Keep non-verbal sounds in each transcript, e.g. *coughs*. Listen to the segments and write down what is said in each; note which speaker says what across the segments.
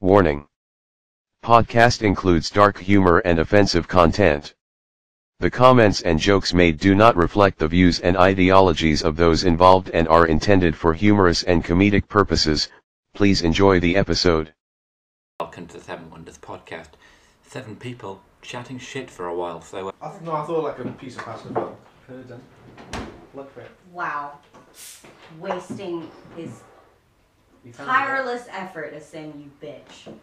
Speaker 1: Warning. Podcast includes dark humor and offensive content. The comments and jokes made do not reflect the views and ideologies of those involved and are intended for humorous and comedic purposes. Please enjoy the episode.
Speaker 2: Welcome to the Seven Wonders podcast. Seven people chatting shit for a while. So uh,
Speaker 3: I think no, I thought like a piece of pasta fell. Heard them. Look for it.
Speaker 4: Wow. Wasting his
Speaker 3: You found it.
Speaker 4: tireless effort as saying you bitch.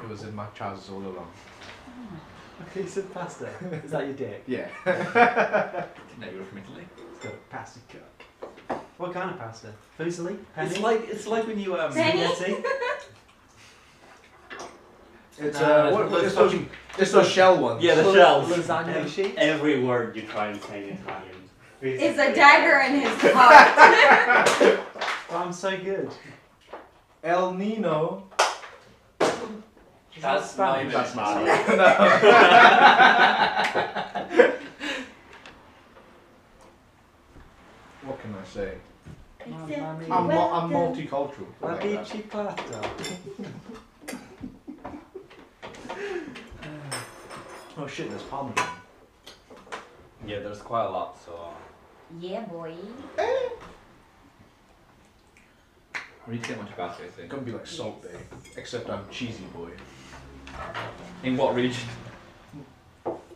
Speaker 3: It was in my trousers all along.
Speaker 5: Ah, A piece of pasta. Is that your dick?
Speaker 3: *laughs* Yeah.
Speaker 2: didn't know you were from Italy.
Speaker 5: It's got a pasta cook. What kind of pasta? Fusilli? Penny?
Speaker 2: It's like it's like when you um.
Speaker 4: Penny?
Speaker 5: Spaghetti?
Speaker 3: it's
Speaker 2: Uh,
Speaker 3: uh, what,
Speaker 2: those
Speaker 3: it's, those,
Speaker 2: fucking-
Speaker 3: it's those shell ones.
Speaker 2: Yeah, the
Speaker 5: Lasagna
Speaker 2: shells.
Speaker 5: Lasagna sheet?
Speaker 6: Every word you try and say in Italian.
Speaker 4: It's a dagger in
Speaker 3: *laughs*
Speaker 4: his heart.
Speaker 5: Oh, I'm so good.
Speaker 3: El Nino.
Speaker 5: Is that
Speaker 2: That's not
Speaker 5: Spanish?
Speaker 2: even
Speaker 6: That's not
Speaker 2: Spanish.
Speaker 6: it.
Speaker 3: What can I say?
Speaker 5: Mamma
Speaker 3: I'm,
Speaker 5: mia.
Speaker 3: mu- I'm multicultural.
Speaker 5: La
Speaker 3: Like that.
Speaker 5: bici pasta. oh shit, there's palm.
Speaker 6: Yeah, there's quite a lot, so.
Speaker 4: yeah, boy.
Speaker 2: We need to get more tobacco. I
Speaker 3: It's
Speaker 2: think.
Speaker 3: gonna be like Salt Bay, except I'm cheesy boy.
Speaker 2: In what region?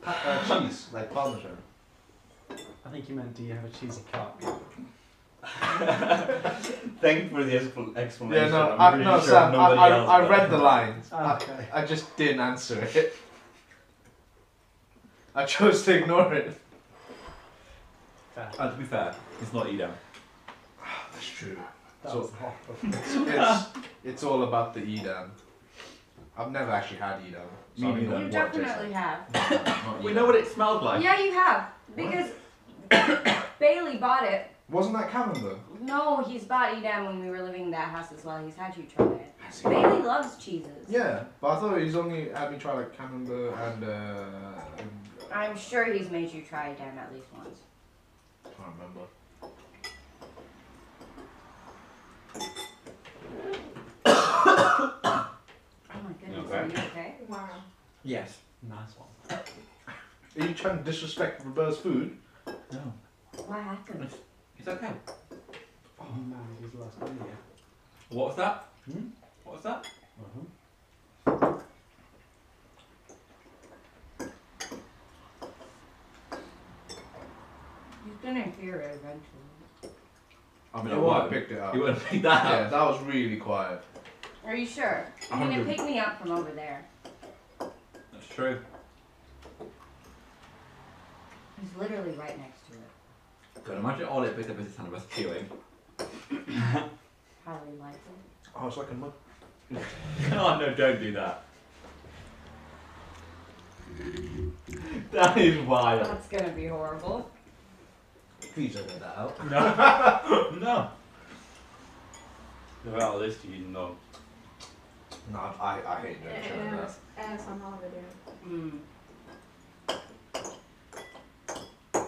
Speaker 3: Pa- uh, cheese, like Parmesan.
Speaker 5: I think you meant do you have a cheesy cock?
Speaker 6: Thank you for the expl- explanation.
Speaker 3: Yeah, no,
Speaker 6: I'm
Speaker 3: I,
Speaker 6: pretty
Speaker 3: no,
Speaker 6: sure
Speaker 3: Sam, I,
Speaker 6: nobody
Speaker 3: I,
Speaker 6: else
Speaker 3: I
Speaker 6: does.
Speaker 3: read the lines.
Speaker 5: Ah, okay.
Speaker 3: I, I just didn't answer it. *laughs* I chose to ignore it.
Speaker 2: And to be fair, it's not Edam.
Speaker 3: *sighs* That's true.
Speaker 5: That
Speaker 3: So-
Speaker 5: was
Speaker 3: *laughs*
Speaker 5: awful.
Speaker 3: it's, it's all about the Edam. I've never actually had Edam.
Speaker 2: Me
Speaker 3: I don't know
Speaker 2: neither.
Speaker 4: You
Speaker 3: what it tastes
Speaker 4: definitely have.
Speaker 3: like. Not
Speaker 2: We
Speaker 3: Edam.
Speaker 2: know what it smelled like.
Speaker 4: Yeah, you have. Because *coughs* Bailey bought it.
Speaker 3: Wasn't that Cameron though?
Speaker 4: No, he's bought Edam when we were living in that house as well. He's had you try it. Bailey loves cheeses.
Speaker 3: Yeah, but I thought he's only had me try like Camembert and uh,
Speaker 4: I'm sure he's made you try Edam at least once.
Speaker 3: I can't remember.
Speaker 4: Oh my goodness,
Speaker 6: Okay.
Speaker 4: are you okay? Wow.
Speaker 2: Yes.
Speaker 5: Nice one.
Speaker 3: Are you trying to disrespect Robert's food?
Speaker 2: No.
Speaker 4: What happened?
Speaker 2: It's okay.
Speaker 5: Oh man, he's lost video.
Speaker 2: What was that?
Speaker 5: Hmm?
Speaker 2: What was that?
Speaker 5: Uh-huh.
Speaker 4: He's gonna hear it eventually.
Speaker 3: I
Speaker 2: You
Speaker 3: mean, I would have
Speaker 2: won't.
Speaker 3: picked it up.
Speaker 2: You wouldn't pick that
Speaker 3: Yeah,
Speaker 2: up.
Speaker 3: that was really quiet.
Speaker 4: Are you sure? You're gonna pick me up from over there.
Speaker 2: That's true.
Speaker 4: He's literally right next to it.
Speaker 2: God, imagine all it picked up is the sound of us *laughs* chewing.
Speaker 4: Probably like it.
Speaker 3: Oh, it's like a mug.
Speaker 6: oh no, don't
Speaker 2: *laughs*
Speaker 6: do that. That is wild.
Speaker 4: That's gonna be horrible.
Speaker 3: Please edit that out.
Speaker 6: No. no. Well, at least you know.
Speaker 3: No, I, I hate doing shit like
Speaker 7: Yeah,
Speaker 3: that.
Speaker 7: as on all video.
Speaker 4: Mm.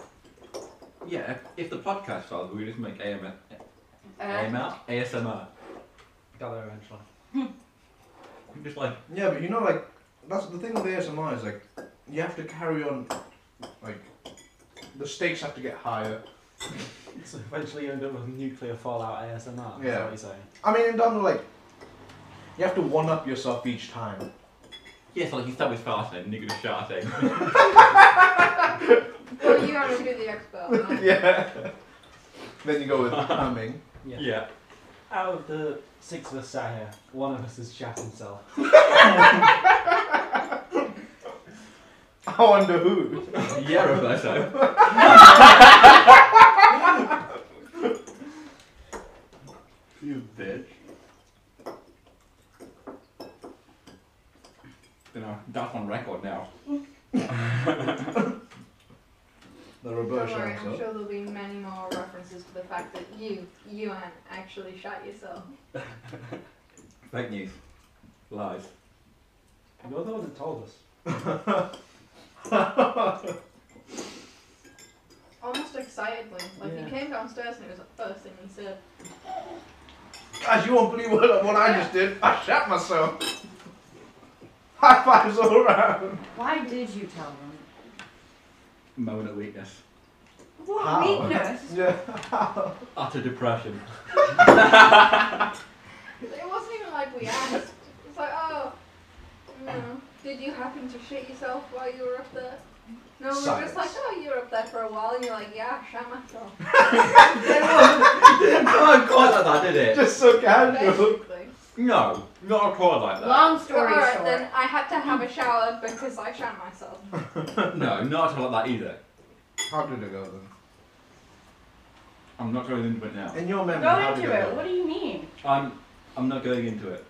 Speaker 2: Yeah, if- if the podcast fails, we could just make AM,
Speaker 4: Uh,
Speaker 2: AML, ASMR.
Speaker 5: Got there eventually.
Speaker 2: *laughs* We Just like
Speaker 3: Yeah, but you know, like that's the thing with ASMR is like you have to carry on, like the stakes have to get higher.
Speaker 5: *laughs* So eventually you end up with nuclear fallout ASMR. Is
Speaker 3: Yeah.
Speaker 5: that what you're saying?
Speaker 3: I mean, in terms of like you have to one up yourself each time.
Speaker 2: yeah, so like you start with farting and you're gonna shart it.
Speaker 7: *laughs* Well, you already do the *laughs* expo. huh?
Speaker 3: *laughs* yeah. then you go *laughs* with humming.
Speaker 5: Yeah.
Speaker 2: yeah.
Speaker 5: Out of the six of us sat here, one of us has shat himself.
Speaker 3: I wonder who.
Speaker 2: Yeah,
Speaker 6: *laughs*
Speaker 2: Roberto.
Speaker 6: You bitch.
Speaker 2: You know, that's on record now.
Speaker 3: The
Speaker 7: Don't
Speaker 3: reverse
Speaker 7: worry, I'm
Speaker 3: answer.
Speaker 7: sure there'll be many more references to the fact that you, you aren't actually shot yourself.
Speaker 2: Fake news. Lies.
Speaker 5: You're the one that told us.
Speaker 7: Almost excitedly. Like,
Speaker 5: Yeah.
Speaker 7: you came downstairs and it was the first thing you said.
Speaker 3: Guys, you won't believe what, what I just did. I shat myself. High fives all around.
Speaker 4: Why did you tell them?
Speaker 6: Moment of weakness.
Speaker 4: What
Speaker 5: How?
Speaker 4: weakness?
Speaker 3: Yeah.
Speaker 6: Utter *laughs* depression.
Speaker 7: It wasn't even like we asked. It's like, oh, no. Did you happen to shit yourself while you were up there? No, we were just like,
Speaker 5: Silence.
Speaker 7: oh, you were up there for a while, and you're like, yeah, I shat myself.
Speaker 6: Didn't come out quite like that, did it?
Speaker 3: Just so casual.
Speaker 7: Basically.
Speaker 6: No, not quite like
Speaker 4: *laughs*
Speaker 6: that.
Speaker 4: Long
Speaker 7: So,
Speaker 4: story
Speaker 7: alright,
Speaker 4: short.
Speaker 7: then I had to have a shower because I shat myself.
Speaker 6: No, not at all like that either.
Speaker 3: How did it go then?
Speaker 6: I'm not going into it now.
Speaker 3: In your memory,
Speaker 4: Go
Speaker 3: how did
Speaker 4: into
Speaker 3: it
Speaker 4: it.
Speaker 3: go?
Speaker 4: What do you mean?
Speaker 6: I'm I'm not going into it.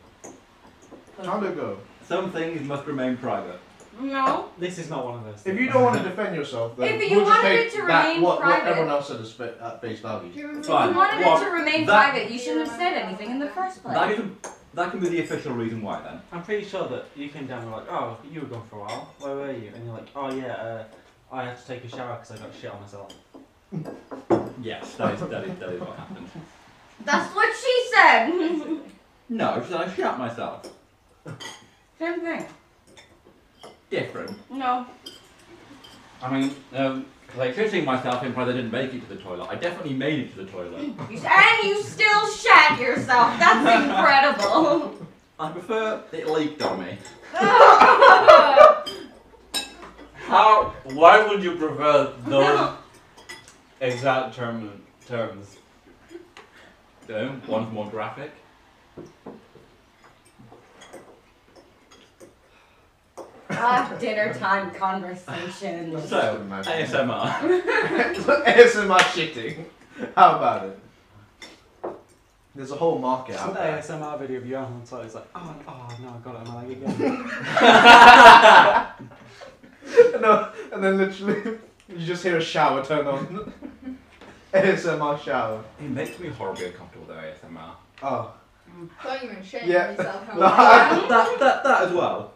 Speaker 3: How did it go?
Speaker 6: Some things must remain private.
Speaker 4: No.
Speaker 5: This is not one of those.
Speaker 3: If
Speaker 5: things.
Speaker 3: you don't want to defend yourself, then
Speaker 4: If you
Speaker 3: we'll just
Speaker 4: wanted
Speaker 3: take
Speaker 4: it to
Speaker 3: back
Speaker 4: remain
Speaker 3: what,
Speaker 4: private-
Speaker 3: what everyone else said is fa- at face value.
Speaker 7: Do you
Speaker 4: If
Speaker 7: remember?
Speaker 4: you
Speaker 6: Fine.
Speaker 4: wanted
Speaker 6: Well,
Speaker 4: it to
Speaker 7: *laughs*
Speaker 4: remain
Speaker 6: that-
Speaker 4: private, you shouldn't have said anything in the first place.
Speaker 6: That can that can be the official reason why then.
Speaker 5: I'm pretty sure that you came down and were like, oh, you were gone for a while. Where were you? And you're like, oh yeah, uh, I had to take a shower because I got shit on myself.
Speaker 6: Yes, that is that is, that is what happened.
Speaker 4: That's what she said. *laughs*
Speaker 7: Basically.
Speaker 6: No, should I shut myself?
Speaker 4: Same thing.
Speaker 6: Different.
Speaker 4: No.
Speaker 6: I mean, um, like shitting myself implies I didn't make it to the toilet. I definitely made it to the toilet.
Speaker 4: You, s- and you still shat yourself. That's incredible.
Speaker 6: I prefer it leaked on me.
Speaker 4: Ugh.
Speaker 8: How? Why would you prefer those
Speaker 4: *laughs*
Speaker 8: exact term, terms?
Speaker 6: Um, one's more graphic.
Speaker 4: Ah, dinner time conversations.
Speaker 6: So
Speaker 3: Just imagine.
Speaker 6: ASMR.
Speaker 3: *laughs* ASMR shitting. How about it? There's a whole market
Speaker 5: Some
Speaker 3: out there.
Speaker 5: ASMR video of you on the toilet, it's like, oh, oh no, I got it on my leg *laughs* again.
Speaker 3: no, and then literally, *laughs* you just hear a shower turn on. *laughs* ASMR shower.
Speaker 6: It makes me horribly uncomfortable though ASMR.
Speaker 3: Oh.
Speaker 7: Don't even shame
Speaker 3: Yeah.
Speaker 7: yourself.
Speaker 3: *laughs*
Speaker 7: how
Speaker 3: No.
Speaker 7: much
Speaker 6: That that that, that as well.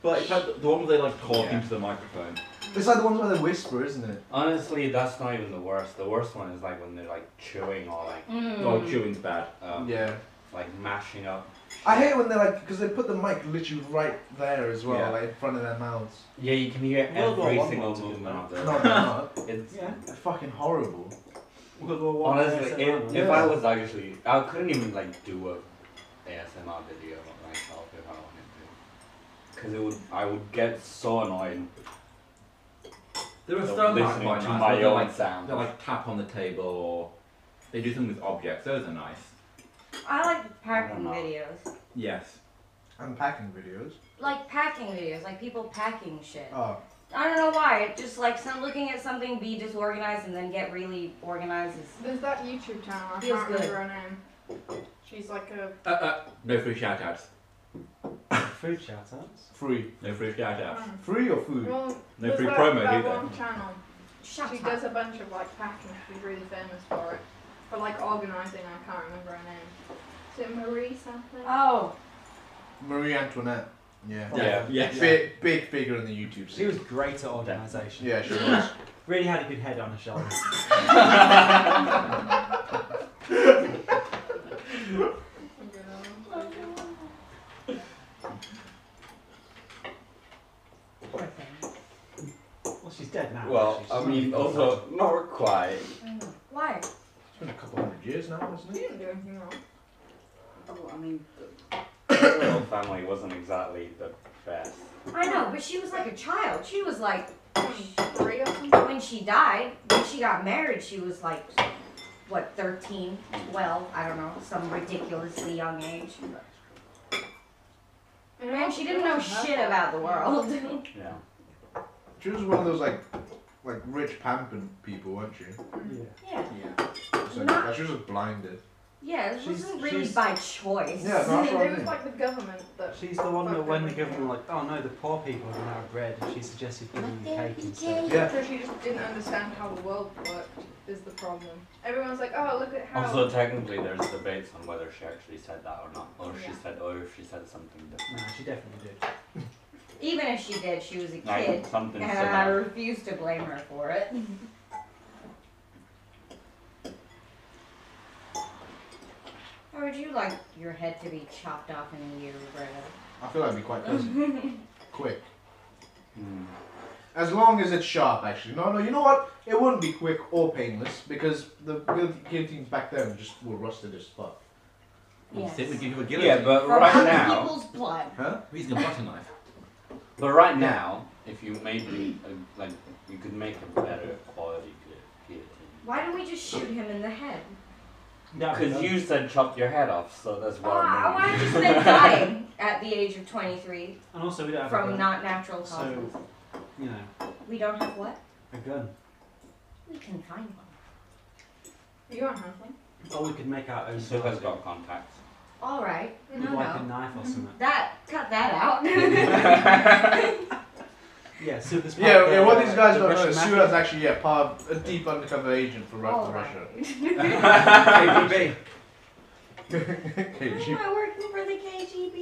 Speaker 6: But it's like the one where they like talking to the microphone.
Speaker 3: It's like the ones where they whisper, isn't it?
Speaker 8: Honestly, that's not even the worst. The worst one is like when they're like chewing or like,
Speaker 7: Hmm.
Speaker 4: Mm.
Speaker 6: Oh, chewing's bad.
Speaker 8: um,
Speaker 3: Yeah.
Speaker 8: like mashing up.
Speaker 3: I hate when they like, because they put the mic literally right there as well,
Speaker 6: Yeah.
Speaker 3: like in front of their mouths.
Speaker 8: Yeah, you can hear
Speaker 5: World War
Speaker 8: every
Speaker 5: One
Speaker 8: single
Speaker 5: wanted it,
Speaker 8: movement
Speaker 5: man.
Speaker 8: of
Speaker 3: No,
Speaker 8: the.
Speaker 3: they're not.
Speaker 8: It's
Speaker 5: yeah.
Speaker 3: They're fucking horrible.
Speaker 5: World War One
Speaker 8: honestly,
Speaker 5: ASMR,
Speaker 8: if,
Speaker 5: man.
Speaker 8: if I was actually, I couldn't even like do a ASMR video of myself if I wanted to, because it would, I would get so annoyed
Speaker 6: There are some that are
Speaker 8: listening
Speaker 6: quite
Speaker 8: to
Speaker 6: nice,
Speaker 8: my
Speaker 6: they're
Speaker 8: own
Speaker 6: like,
Speaker 8: sound.
Speaker 6: they like tap on the table or they do something with objects. Those are nice.
Speaker 4: I like packing
Speaker 8: know.
Speaker 4: videos.
Speaker 6: Yes.
Speaker 3: And packing videos.
Speaker 4: Like packing videos, like people packing shit.
Speaker 3: Oh.
Speaker 4: I don't know why. It just like some looking at something be disorganized and then get really organized is
Speaker 7: There's that YouTube channel, I
Speaker 4: Feels
Speaker 7: can't
Speaker 4: good.
Speaker 7: remember her name. She's like a
Speaker 6: Uh, uh, no free shout outs.
Speaker 5: Food shout outs.
Speaker 3: Free.
Speaker 6: No free shout outs.
Speaker 7: Mm.
Speaker 3: Free or food?
Speaker 7: Well,
Speaker 6: No
Speaker 7: there's
Speaker 6: free
Speaker 7: that,
Speaker 6: promo
Speaker 7: that
Speaker 6: either.
Speaker 7: one channel.
Speaker 4: shut
Speaker 7: she
Speaker 4: up.
Speaker 7: does a bunch of like packing. She's really famous for it. For like organising, I can't remember her name. Is it Marie something?
Speaker 4: Oh,
Speaker 3: Marie Antoinette. Yeah.
Speaker 6: Yeah. Yes.
Speaker 3: Big, big figure in the YouTube
Speaker 5: She was
Speaker 3: scene.
Speaker 5: great at organisation.
Speaker 3: Yeah, she was.
Speaker 5: Really had a good head on her shoulders.
Speaker 7: I'm gonna-
Speaker 4: poor thing.
Speaker 5: well, she's dead now.
Speaker 8: Well,
Speaker 5: actually,
Speaker 8: I
Speaker 5: she's
Speaker 8: mean,
Speaker 5: not even
Speaker 8: also not quite.
Speaker 4: I know. Why?
Speaker 3: It's been a couple hundred years now, isn't
Speaker 7: You
Speaker 3: it?
Speaker 7: didn't do anything wrong.
Speaker 4: Oh, I mean,
Speaker 8: Her little family wasn't exactly the best.
Speaker 4: I know, but she was like a child. She was like
Speaker 7: Three or something.
Speaker 4: when she died, when she got married, she was like what 13, 12, I don't know, some ridiculously young age. Man, she didn't know shit about the
Speaker 7: *laughs*
Speaker 4: world. *laughs*
Speaker 8: Yeah.
Speaker 3: She was one of those like, like rich pampered people, weren't she?
Speaker 5: Yeah.
Speaker 4: yeah,
Speaker 3: It's like,
Speaker 4: Not-
Speaker 3: like, she was just blinded.
Speaker 4: yeah, it
Speaker 5: She's-
Speaker 4: wasn't really
Speaker 5: she's-
Speaker 4: by choice.
Speaker 3: Yeah, no, that's what I
Speaker 7: It was
Speaker 3: mean.
Speaker 7: like the government that.
Speaker 5: She's the one that when the government were like, oh no, the poor people are gonna have bread, and she suggested giving them cake instead.
Speaker 3: Yeah.
Speaker 7: So she just didn't understand how the world worked is the problem. Everyone's like, oh look at how.
Speaker 8: Also, technically, there's debates on whether she actually said that or not, or she
Speaker 7: Yeah.
Speaker 8: said, or if she said something different.
Speaker 5: No, she definitely did.
Speaker 4: Even if she did, Uh, she was a kid,
Speaker 8: Like something
Speaker 4: and I
Speaker 8: similar.
Speaker 4: refuse to blame her for *laughs* it. Are we would you like your head to be chopped off in a year, Roberta?
Speaker 3: I feel that'd be quite pleasant. quick.
Speaker 8: Hmm.
Speaker 3: As long as it's sharp, actually. No, no, you know what? It wouldn't be quick or painless because the guil- guillotines back then just were rusted as fuck.
Speaker 4: Yes.
Speaker 6: Sit and give you a guillotine.
Speaker 8: Yeah, but
Speaker 4: From
Speaker 8: right
Speaker 4: other
Speaker 8: now,
Speaker 4: people's blood.
Speaker 6: He's gonna
Speaker 8: *laughs*
Speaker 6: butter knife.
Speaker 8: but right now, if you made the, a, like, you could make a better quality guil- guillotine.
Speaker 4: Why don't we just shoot him in the head?
Speaker 8: Because you said chop your head off, so that's
Speaker 4: Oh,
Speaker 8: why.
Speaker 4: I
Speaker 8: I'm
Speaker 4: want to just
Speaker 8: *laughs*
Speaker 4: been dying at the age of 23
Speaker 5: And also, we don't have a
Speaker 4: from
Speaker 5: gun.
Speaker 4: not natural causes.
Speaker 5: so, you know,
Speaker 4: we don't have what?
Speaker 5: a gun.
Speaker 4: We can find one.
Speaker 7: You don't have one.
Speaker 5: Or we could make our own.
Speaker 8: Still
Speaker 5: sort
Speaker 8: has
Speaker 5: of
Speaker 8: got contacts.
Speaker 4: All right.
Speaker 5: thing.
Speaker 4: No, Mm-hmm.
Speaker 5: With like a
Speaker 4: no.
Speaker 5: knife or something.
Speaker 4: That cut that out. *laughs*
Speaker 5: Yeah, so this
Speaker 3: Yeah,
Speaker 5: part,
Speaker 3: yeah.
Speaker 5: uh,
Speaker 3: What these guys
Speaker 5: the
Speaker 3: don't know
Speaker 5: Russian
Speaker 3: is
Speaker 5: mafia-
Speaker 3: Suda's actually yeah part of a deep undercover agent for Ru-
Speaker 4: All
Speaker 3: for
Speaker 4: right.
Speaker 3: Russia.
Speaker 5: KGB.
Speaker 4: Why
Speaker 3: *laughs*
Speaker 4: *laughs*
Speaker 3: okay,
Speaker 4: am
Speaker 3: she-
Speaker 4: I working for the KGB?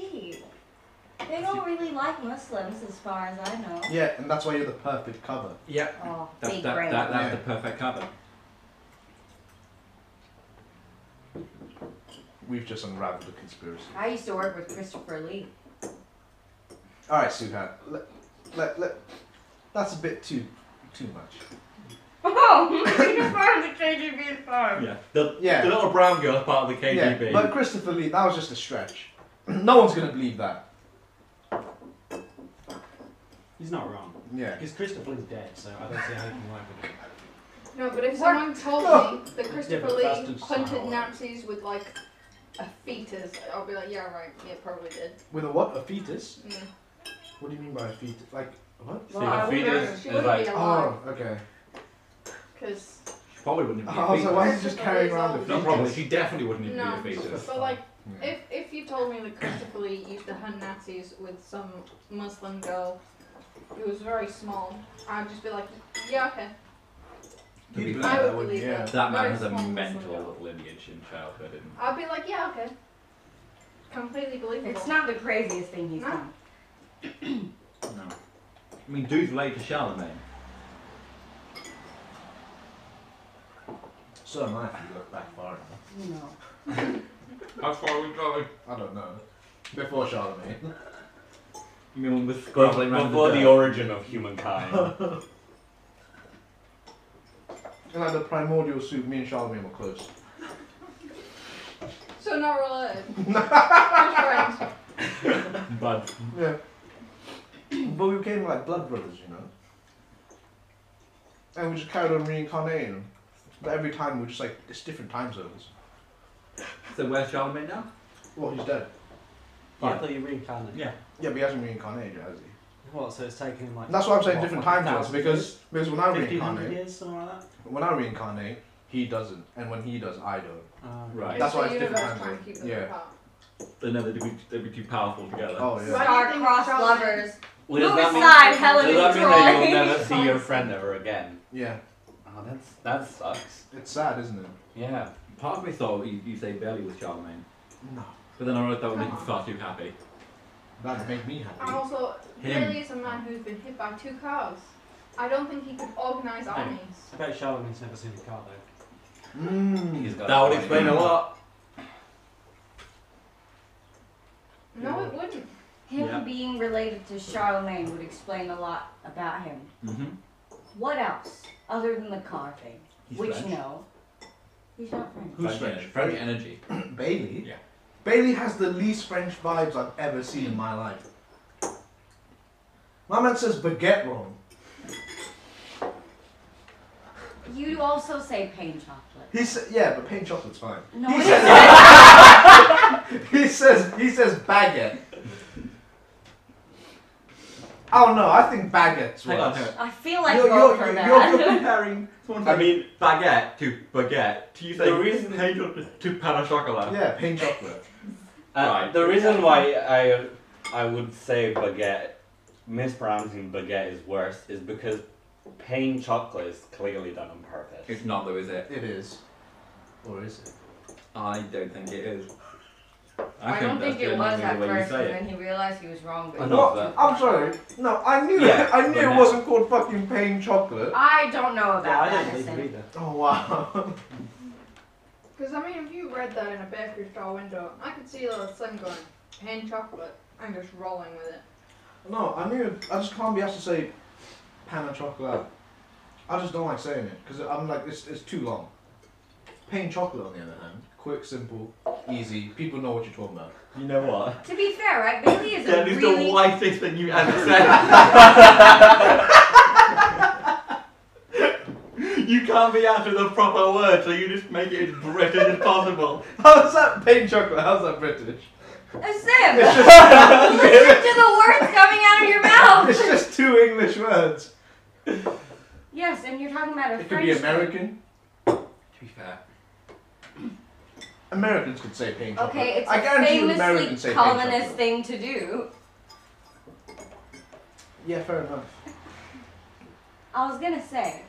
Speaker 4: They don't really like Muslims, as far as I know.
Speaker 3: yeah, and that's why you're the perfect cover.
Speaker 6: Yep.
Speaker 4: Oh,
Speaker 6: That's
Speaker 4: big
Speaker 6: that,
Speaker 4: brain.
Speaker 6: that, that's the perfect cover.
Speaker 3: We've just unraveled the conspiracy.
Speaker 4: I used to work with Christopher Lee.
Speaker 3: All right, Suha. Let, let, let, that's a bit too too much.
Speaker 4: Oh, uniform, the KGB uniform.
Speaker 6: Yeah. The,
Speaker 3: Yeah.
Speaker 6: the little brown girl's part of the KGB.
Speaker 3: Yeah, but Christopher Lee, that was just a stretch. *clears throat* no one's gonna believe that.
Speaker 5: He's not wrong.
Speaker 3: Yeah.
Speaker 5: Because Christopher Lee's dead, so I don't see how he can work with it.
Speaker 7: No, but
Speaker 4: What?
Speaker 7: if someone told
Speaker 3: Oh.
Speaker 7: me that
Speaker 5: but
Speaker 7: Christopher
Speaker 5: that's
Speaker 7: Lee
Speaker 5: just how it
Speaker 7: hunted
Speaker 5: works.
Speaker 7: Nazis with like a fetus, I'll be like, yeah, right, yeah, probably did.
Speaker 3: With a what? A fetus?
Speaker 7: Mm.
Speaker 3: What do you mean by a fetus? Like what?
Speaker 8: See, the fetus
Speaker 7: She
Speaker 8: is
Speaker 7: wouldn't
Speaker 8: like.
Speaker 7: be alive
Speaker 3: Oh, okay.
Speaker 7: because
Speaker 6: She probably wouldn't even be
Speaker 3: I was like,
Speaker 6: a fetus.
Speaker 3: why is he just carrying around a
Speaker 6: Not
Speaker 3: fetus?
Speaker 6: probably. She definitely wouldn't even
Speaker 7: no.
Speaker 6: be a fetus.
Speaker 7: But like,
Speaker 3: Yeah.
Speaker 7: if if you told me that Christopher Lee used to hunt Nazis with some Muslim girl who was very small, I'd just be like, yeah, okay.
Speaker 6: To be
Speaker 3: He'd
Speaker 6: fair,
Speaker 7: I
Speaker 3: that
Speaker 7: would
Speaker 3: wouldn't-
Speaker 7: believe
Speaker 3: yeah.
Speaker 7: that.
Speaker 6: That man
Speaker 7: Very
Speaker 6: has a
Speaker 7: small Muslim
Speaker 6: mental
Speaker 7: girl.
Speaker 6: lineage in childhood. And
Speaker 7: I'd be like, yeah, okay. Completely believable.
Speaker 4: It's not the craziest thing he's
Speaker 7: No.
Speaker 4: done.
Speaker 6: No. I mean, dude's related to Charlemagne.
Speaker 3: So am I if you look back far enough.
Speaker 4: No.
Speaker 6: How far are we going?
Speaker 3: I don't know. Before Charlemagne.
Speaker 6: You mean with
Speaker 8: Before
Speaker 6: scrambling around the,
Speaker 8: the
Speaker 6: dirt?
Speaker 8: origin of
Speaker 6: *laughs*
Speaker 8: humankind.
Speaker 3: And like the primordial soup, me and Charlemagne were close.
Speaker 7: So not *laughs* related. Just friends.
Speaker 6: But
Speaker 3: Yeah. but we became like blood brothers, you know. And we just carried on reincarnating. But every time we were just like, it's different time zones.
Speaker 6: so where's Charlemagne now?
Speaker 3: Well, he's dead.
Speaker 5: Yeah, I thought you reincarnated.
Speaker 6: Yeah.
Speaker 3: Yeah, but he hasn't reincarnated, has he?
Speaker 5: What, so it's taken him like.
Speaker 3: And that's why I'm saying
Speaker 5: what,
Speaker 3: different
Speaker 5: like a
Speaker 3: time zones
Speaker 5: thousand
Speaker 3: because because when I
Speaker 5: years? 1500
Speaker 3: reincarnate,
Speaker 5: years, something like that?
Speaker 3: when I reincarnate, he doesn't, and when he does, I don't.
Speaker 5: Um,
Speaker 6: Right.
Speaker 3: That's
Speaker 7: the
Speaker 3: why it's different
Speaker 7: universe
Speaker 3: time
Speaker 7: trying
Speaker 3: zone.
Speaker 7: to keep them
Speaker 3: Yeah.
Speaker 7: apart.
Speaker 6: They know they'd be, they'd be too powerful together.
Speaker 3: Oh yeah.
Speaker 4: Star-crossed
Speaker 7: Charlemagne-
Speaker 4: lovers.
Speaker 8: Well,
Speaker 4: Move
Speaker 8: does that mean,
Speaker 4: aside, Helen
Speaker 8: does that mean
Speaker 4: and
Speaker 8: that
Speaker 4: Troy.
Speaker 8: you'll never see your
Speaker 4: *laughs*
Speaker 8: friend ever again?
Speaker 3: Yeah,
Speaker 8: Oh, that's that sucks.
Speaker 3: it's sad, isn't it?
Speaker 8: Yeah.
Speaker 6: Part of me thought you, you say barely with Charlemagne,
Speaker 3: No,
Speaker 6: but then I wrote that would make you
Speaker 7: Come
Speaker 6: far too happy.
Speaker 3: that'd make me
Speaker 7: And
Speaker 3: happy.
Speaker 7: also,
Speaker 6: Him.
Speaker 7: Bailey is a man who's been hit by two cars. I don't think he could organise armies.
Speaker 5: I bet Charlemagne's never seen a car though.
Speaker 3: Mmm.
Speaker 8: He's got
Speaker 6: That would
Speaker 8: point.
Speaker 6: explain a lot.
Speaker 7: No, it wouldn't.
Speaker 4: Him
Speaker 6: Yeah.
Speaker 4: being related to Charlemagne would explain a lot about him.
Speaker 6: Mm-hmm.
Speaker 4: What else, other than the car thing?
Speaker 6: He's
Speaker 4: Which
Speaker 6: French.
Speaker 4: no, he's not French.
Speaker 3: Who's
Speaker 6: French?
Speaker 3: French?
Speaker 6: French energy.
Speaker 3: Bailey.
Speaker 6: Yeah.
Speaker 3: Bailey has the least French vibes I've ever seen in my life. My man says baguette wrong.
Speaker 4: You also say pain chocolate.
Speaker 3: He said, yeah, but paint chocolate's fine.
Speaker 4: No,
Speaker 3: He
Speaker 4: it
Speaker 3: says-
Speaker 4: isn't. *laughs*
Speaker 3: He says he says baguette. Oh no, I think baguette's worse.
Speaker 6: Hang on, hang on.
Speaker 4: I feel like
Speaker 3: You're-
Speaker 4: both
Speaker 3: you're-
Speaker 4: are
Speaker 3: you're-
Speaker 6: *laughs*
Speaker 4: bad.
Speaker 6: You're
Speaker 4: *laughs*
Speaker 6: comparing someone
Speaker 8: I
Speaker 6: I mean baguette to baguette. Do you
Speaker 8: The
Speaker 6: say
Speaker 8: reason-
Speaker 6: angel to pan au chocolat?
Speaker 3: Yeah, paint chocolate.
Speaker 8: Uh,
Speaker 6: Right.
Speaker 8: The reason why I I would say baguette mispronouncing baguette is worse is because pain chocolate is clearly done on purpose.
Speaker 6: It's not though, is it?
Speaker 3: It is. Or is it?
Speaker 6: I don't think it is.
Speaker 4: I
Speaker 6: think
Speaker 4: don't think
Speaker 6: that's
Speaker 4: it
Speaker 6: genuinely
Speaker 4: was at
Speaker 6: the way you
Speaker 4: first,
Speaker 6: say
Speaker 4: and then
Speaker 6: it.
Speaker 4: he realized he was wrong.
Speaker 8: I
Speaker 4: But
Speaker 8: know
Speaker 4: he-
Speaker 8: that.
Speaker 3: I'm sorry. No, I knew
Speaker 8: Yeah,
Speaker 3: I knew
Speaker 8: but
Speaker 3: it
Speaker 8: now-
Speaker 3: wasn't called fucking pain chocolate.
Speaker 4: I don't know about
Speaker 5: Yeah, I
Speaker 4: that.
Speaker 5: don't believe
Speaker 4: Addison.
Speaker 5: it either.
Speaker 3: Oh wow.
Speaker 7: Because, I mean, if you read that in a bakery store window, I could see a little son going, pan chocolate, and just rolling with it.
Speaker 3: *laughs* No, I knew. I just can't be asked to say pan and chocolate. I just don't like saying it because I'm like it's, it's too long. Pain chocolate on the other hand, quick, simple, easy. People know what you're talking about.
Speaker 8: You know what?
Speaker 4: To be fair, right? Bailey is a
Speaker 6: That is the
Speaker 4: really
Speaker 6: whitest thing you ever said. you can't be out of the proper word, so you just make it as British as possible.
Speaker 3: *laughs* How's that pain chocolate? How's that British?
Speaker 4: a sim. Listen to the words coming out of your
Speaker 3: It's
Speaker 6: *laughs*
Speaker 4: mouth.
Speaker 3: just two English words.
Speaker 4: Yes, and you're talking about a
Speaker 3: It could
Speaker 4: French.
Speaker 3: be American.
Speaker 2: To be fair,
Speaker 3: Americans could say pain chocolate.
Speaker 4: Okay, it's
Speaker 3: I
Speaker 4: a
Speaker 3: guarantee you Americans say
Speaker 4: famously
Speaker 3: pain
Speaker 4: colonist
Speaker 3: chocolate.
Speaker 4: thing to do.
Speaker 3: Yeah, fair enough.
Speaker 4: I was gonna say,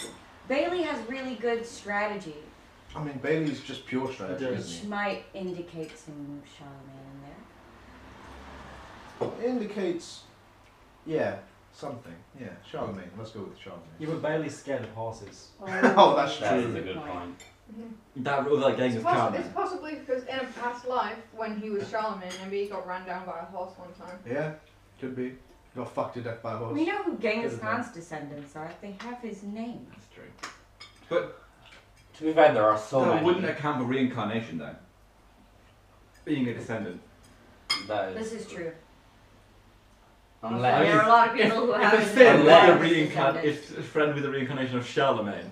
Speaker 4: Bailey has really good strategy,
Speaker 3: I mean, Bailey's just pure strategy,
Speaker 5: It does.
Speaker 3: isn't
Speaker 4: which might indicate some Charlemagne in there.
Speaker 3: he? It indicates, yeah, something. Yeah, Charlemagne. Let's go with Charlemagne.
Speaker 5: You were Bailey's scared of horses.
Speaker 3: *laughs* Oh, that's
Speaker 8: That is a
Speaker 3: true.
Speaker 8: good point.
Speaker 3: Mm-hmm.
Speaker 6: That was like getting
Speaker 7: It's,
Speaker 6: his
Speaker 7: possi-
Speaker 6: car
Speaker 7: it's possibly because in a past life, when he was Charlemagne, maybe he got run down by a horse one time.
Speaker 3: Yeah, could be. Got fucked to death by a horse.
Speaker 4: We know who Genghis
Speaker 3: Good enough.
Speaker 4: Khan's descendants are. They have his name.
Speaker 3: That's true.
Speaker 8: To be fair, there are so
Speaker 6: That
Speaker 8: many.
Speaker 6: wouldn't account for reincarnation, though. Being a descendant.
Speaker 8: That is,
Speaker 4: This is true.
Speaker 8: unless
Speaker 4: there are a lot of people who have
Speaker 6: if
Speaker 4: his
Speaker 6: a sin,
Speaker 4: name as
Speaker 6: like a
Speaker 4: descendants.
Speaker 6: reincarn- is a friend with a reincarnation of Charlemagne.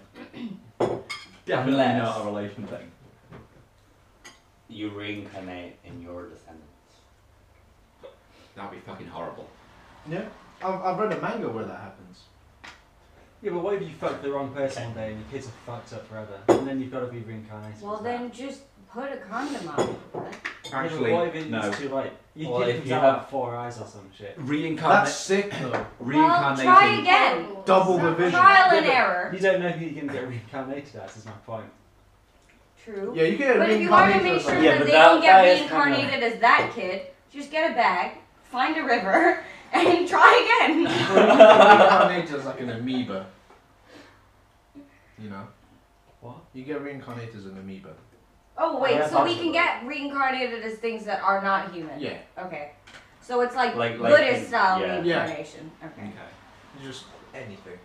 Speaker 6: Definitely
Speaker 8: Unless-
Speaker 6: not a relation thing.
Speaker 8: you reincarnate in your descendants.
Speaker 2: that'd be fucking horrible.
Speaker 3: Yeah, I've, I've read a manga where that happens.
Speaker 5: Yeah, but what if you fucked the wrong person one day and your kids are fucked up forever? And then you've got to be reincarnated.
Speaker 4: Well,
Speaker 5: as
Speaker 4: then just put a condom on.
Speaker 5: that. Yeah, but
Speaker 6: Actually,
Speaker 5: what if it's
Speaker 6: no.
Speaker 5: too late? Your
Speaker 8: Well,
Speaker 5: kid
Speaker 8: if
Speaker 5: comes
Speaker 8: you
Speaker 5: out
Speaker 8: have-
Speaker 5: with four eyes or some shit.
Speaker 3: That's
Speaker 6: Reincarnate.
Speaker 3: sick though.
Speaker 4: Well, try
Speaker 6: Reincarnating.
Speaker 4: again.
Speaker 3: Double
Speaker 7: Some-
Speaker 3: revision.
Speaker 4: Trial and
Speaker 5: Yeah, but-
Speaker 4: error.
Speaker 5: You don't know who you're going to get reincarnated as, is my point.
Speaker 4: True.
Speaker 3: Yeah, you get
Speaker 4: But if you want to
Speaker 3: reincarnated
Speaker 4: make
Speaker 3: as
Speaker 4: sure
Speaker 3: a-
Speaker 8: Yeah,
Speaker 4: that
Speaker 8: but
Speaker 4: they
Speaker 8: that-
Speaker 4: don't get
Speaker 8: that is kinda-
Speaker 4: reincarnated as that kid, just get a bag, find a river, *laughs* and try
Speaker 8: *laughs*
Speaker 4: again.
Speaker 3: reincarnated as like an amoeba. You know.
Speaker 5: What?
Speaker 3: You get reincarnated as an amoeba.
Speaker 4: Oh
Speaker 5: Oh,
Speaker 4: wait,
Speaker 5: yeah,
Speaker 4: so we can
Speaker 5: possible.
Speaker 4: get reincarnated as things that are not human.
Speaker 3: Yeah.
Speaker 4: Okay. So it's like,
Speaker 8: Like- like
Speaker 4: Buddhist
Speaker 8: in-
Speaker 4: style
Speaker 8: yeah.
Speaker 3: Yeah.
Speaker 4: reincarnation. Okay.
Speaker 3: You just anything.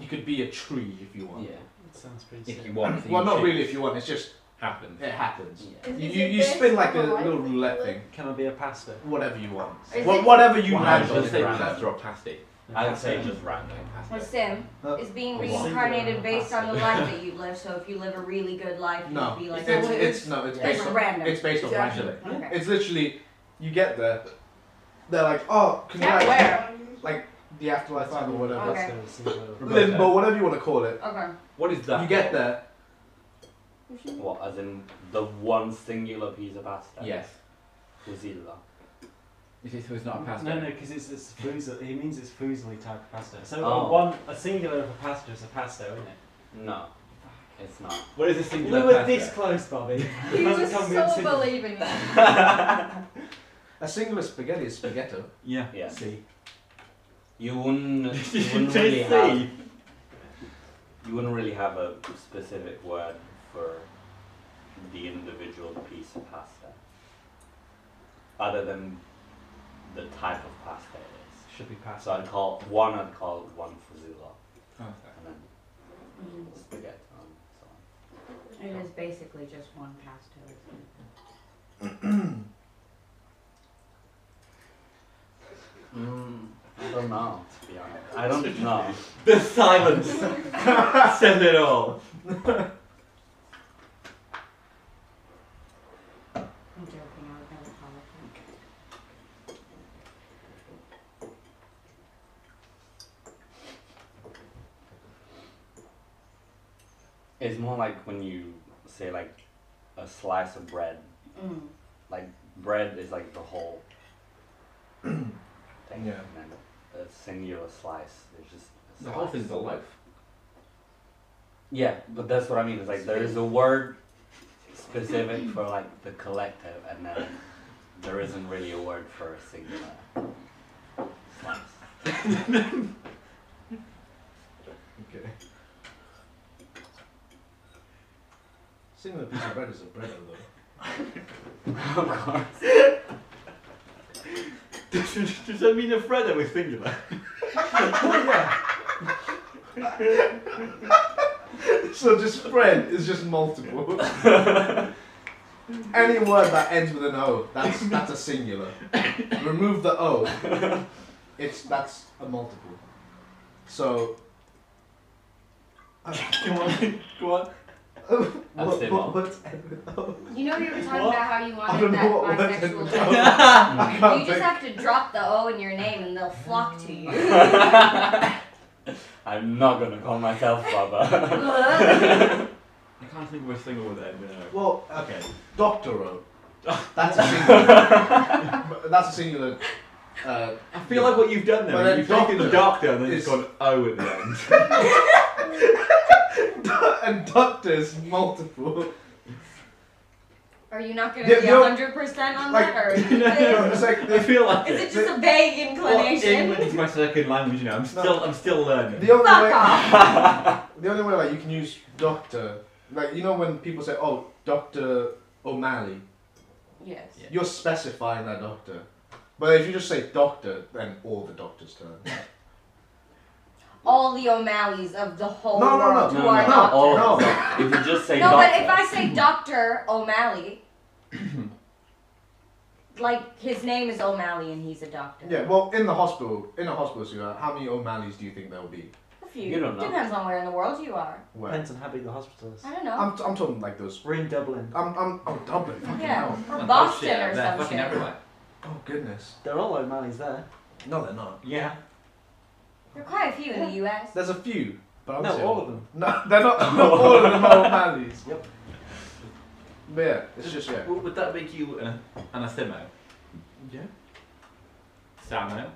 Speaker 3: You could be a tree if you want.
Speaker 5: It sounds pretty
Speaker 6: If
Speaker 5: sick.
Speaker 6: you want.
Speaker 3: Well, not
Speaker 6: you
Speaker 3: really if you want. It's just happens. It happens.
Speaker 8: Yeah.
Speaker 7: Is-
Speaker 3: You,
Speaker 7: is
Speaker 3: you,
Speaker 7: it
Speaker 3: you
Speaker 7: based
Speaker 3: spin like a
Speaker 7: on life?
Speaker 3: little roulette thing.
Speaker 5: Can I be a pastor?
Speaker 3: Whatever you want.
Speaker 4: Is
Speaker 3: Wha-
Speaker 4: it-
Speaker 3: Whatever you
Speaker 8: Why
Speaker 3: land
Speaker 8: should
Speaker 3: on.
Speaker 8: I
Speaker 3: it
Speaker 8: say
Speaker 3: lands
Speaker 8: plaster
Speaker 3: on.
Speaker 8: I would say just random.
Speaker 4: Or sim
Speaker 3: Uh,
Speaker 4: is being
Speaker 8: what?
Speaker 4: reincarnated based on the
Speaker 3: *laughs*
Speaker 5: Singular.
Speaker 4: life that you live. So if you live a really good life, you'd
Speaker 3: No,
Speaker 4: be like,
Speaker 3: it's,
Speaker 4: "Oh,
Speaker 3: it's no, it's
Speaker 4: Yeah.
Speaker 3: based on
Speaker 4: Random.
Speaker 3: It's based on
Speaker 2: It's
Speaker 3: random.
Speaker 2: actually-
Speaker 4: okay.
Speaker 3: It's literally, you get there, they're like, oh,
Speaker 4: Yeah,
Speaker 3: congrats,
Speaker 4: where?
Speaker 3: like the afterlife
Speaker 5: That's
Speaker 3: or whatever,
Speaker 4: Okay.
Speaker 5: That's gonna seem like-
Speaker 3: limbo, whatever you want to call it.
Speaker 4: Okay.
Speaker 6: What is that?
Speaker 3: You get there,
Speaker 8: What, as in the one singular piece of pasta?
Speaker 6: Yes.
Speaker 8: Was either that.
Speaker 6: Is it, so it's not a pasta.
Speaker 5: No, no, because it's, it's foozle. He means it's foozly type of pasta. So
Speaker 8: Oh.
Speaker 5: a one a singular of a pasta is a pasto, isn't it?
Speaker 8: No, it's not.
Speaker 6: What is a
Speaker 5: We
Speaker 6: singular
Speaker 5: were
Speaker 6: pasta?
Speaker 5: this close, Bobby.
Speaker 7: He
Speaker 5: Hasn't
Speaker 7: was
Speaker 5: come in
Speaker 7: so
Speaker 5: since-
Speaker 7: believing it.
Speaker 3: a singular spaghetti is spaghetto.
Speaker 6: Yeah.
Speaker 8: Yeah.
Speaker 6: *laughs*
Speaker 5: See,
Speaker 8: You wouldn't, you wouldn't
Speaker 6: Just
Speaker 8: really have
Speaker 6: see.
Speaker 8: you wouldn't really have a specific word for the individual piece of pasta. Other than the type of pasta it
Speaker 5: should be
Speaker 8: is.
Speaker 5: pasta.
Speaker 8: So I'd call one I'd call one fazula
Speaker 6: Oh,
Speaker 8: and then
Speaker 4: Mm,
Speaker 8: spaghetti and so on.
Speaker 4: It is basically just one pasto. isn't it?
Speaker 8: Mm, I don't know, to be honest. I
Speaker 6: *laughs*
Speaker 8: don't know.
Speaker 6: The silence *laughs* says it all.
Speaker 4: I'm joking. I would never call it that.
Speaker 8: It's more like when you say like a slice of bread.
Speaker 4: Mm.
Speaker 8: Like bread is like the whole
Speaker 6: *clears throat*
Speaker 8: thing.
Speaker 3: Yeah.
Speaker 8: And then a singular slice. There's just a
Speaker 6: The whole
Speaker 8: slice.
Speaker 6: thing's a loaf.
Speaker 8: Yeah, but that's what I mean. It's like there is a word specific for like the collective, and then there isn't really a word for a singular slice.
Speaker 3: Okay. Singing a piece of bread is a bread
Speaker 6: *laughs*
Speaker 3: though.
Speaker 6: Of course. does, does that mean a Freddo is singular?
Speaker 3: So just bread is just multiple. *laughs* Any word that ends with an O, that's that's a singular. Remove the O. It's that's a multiple. So
Speaker 6: *laughs* Come on, go on.
Speaker 8: I'd
Speaker 3: what,
Speaker 8: say
Speaker 3: what,
Speaker 8: mul-
Speaker 3: what's end with O?
Speaker 4: You know, you were talking
Speaker 3: What?
Speaker 4: about how you
Speaker 3: I don't
Speaker 4: wanted
Speaker 3: know what word
Speaker 4: that
Speaker 3: ends
Speaker 4: bisexual
Speaker 3: with
Speaker 6: *laughs*
Speaker 4: joke.
Speaker 8: *laughs*
Speaker 3: O. I can't
Speaker 4: You just
Speaker 3: think.
Speaker 4: have to drop the O in your name and they'll flock to you.
Speaker 8: *laughs* I'm not gonna call myself Baba.
Speaker 6: I can't think of a single one that ended up.
Speaker 3: Well, okay. Doctor O. That's
Speaker 4: *laughs*
Speaker 3: a singular. But that's a singular. Uh,
Speaker 6: I feel like what you've done
Speaker 3: But
Speaker 6: there,
Speaker 3: then
Speaker 6: is you've taken the
Speaker 3: doctor
Speaker 6: doctor and then
Speaker 3: is-
Speaker 6: it's gone O at the end.
Speaker 3: and doctors multiple. *laughs*
Speaker 4: Are you not going
Speaker 3: Yeah,
Speaker 4: to be
Speaker 3: no.
Speaker 4: 100% on
Speaker 3: Like-
Speaker 4: that? Or
Speaker 6: No, no.
Speaker 3: It's like
Speaker 6: *laughs* I feel like
Speaker 4: is it
Speaker 6: it.
Speaker 4: just a vague inclination?
Speaker 6: English is my second language, you know. I'm still, I'm still learning.
Speaker 3: the only way.
Speaker 4: Fuck off.
Speaker 3: The only way like you can use doctor, like you know when people say, "Oh, Doctor O'Malley,"
Speaker 4: Yes.
Speaker 3: you're specifying that doctor. But if you just say doctor, then all the doctors
Speaker 4: *laughs*
Speaker 3: turn.
Speaker 4: All the O'Malleys of the whole
Speaker 3: No, no, no.
Speaker 4: world
Speaker 8: No,
Speaker 4: who are
Speaker 8: no,
Speaker 4: doctors.
Speaker 8: all of
Speaker 3: No.
Speaker 8: them. If you just say
Speaker 4: No,
Speaker 8: doctor,
Speaker 4: but if I say Dr. O'Malley, like his name is O'Malley and he's a doctor.
Speaker 3: Yeah, well, in the hospital, in a hospital, so, uh, how many O'Malleys do you think there will be?
Speaker 4: A few.
Speaker 8: You don't know.
Speaker 4: Depends on where in the world you are.
Speaker 3: Where?
Speaker 5: Depends on how big the hospital is.
Speaker 4: I don't know.
Speaker 3: I'm, I'm talking like those.
Speaker 5: We're in Dublin.
Speaker 3: I'm, I'm, oh, Dublin. Fucking
Speaker 4: yeah.
Speaker 3: hell.
Speaker 4: Or
Speaker 2: Oh,
Speaker 4: Boston
Speaker 2: shit, they're
Speaker 4: or some
Speaker 2: fucking
Speaker 4: shit.
Speaker 2: everywhere.
Speaker 3: Oh goodness.
Speaker 5: They're all O'Malley's there.
Speaker 3: No, they're not.
Speaker 6: Yeah.
Speaker 4: There are quite a few in the US.
Speaker 3: There's a few, but I'm
Speaker 5: No,
Speaker 3: saying-
Speaker 5: all of them.
Speaker 3: No, they're not. *laughs* not all of them are O'Malleys.
Speaker 5: Yep.
Speaker 3: But yeah, it's just yeah.
Speaker 6: W- Would that make you an, an Asimo?
Speaker 5: Yeah.
Speaker 6: Samo?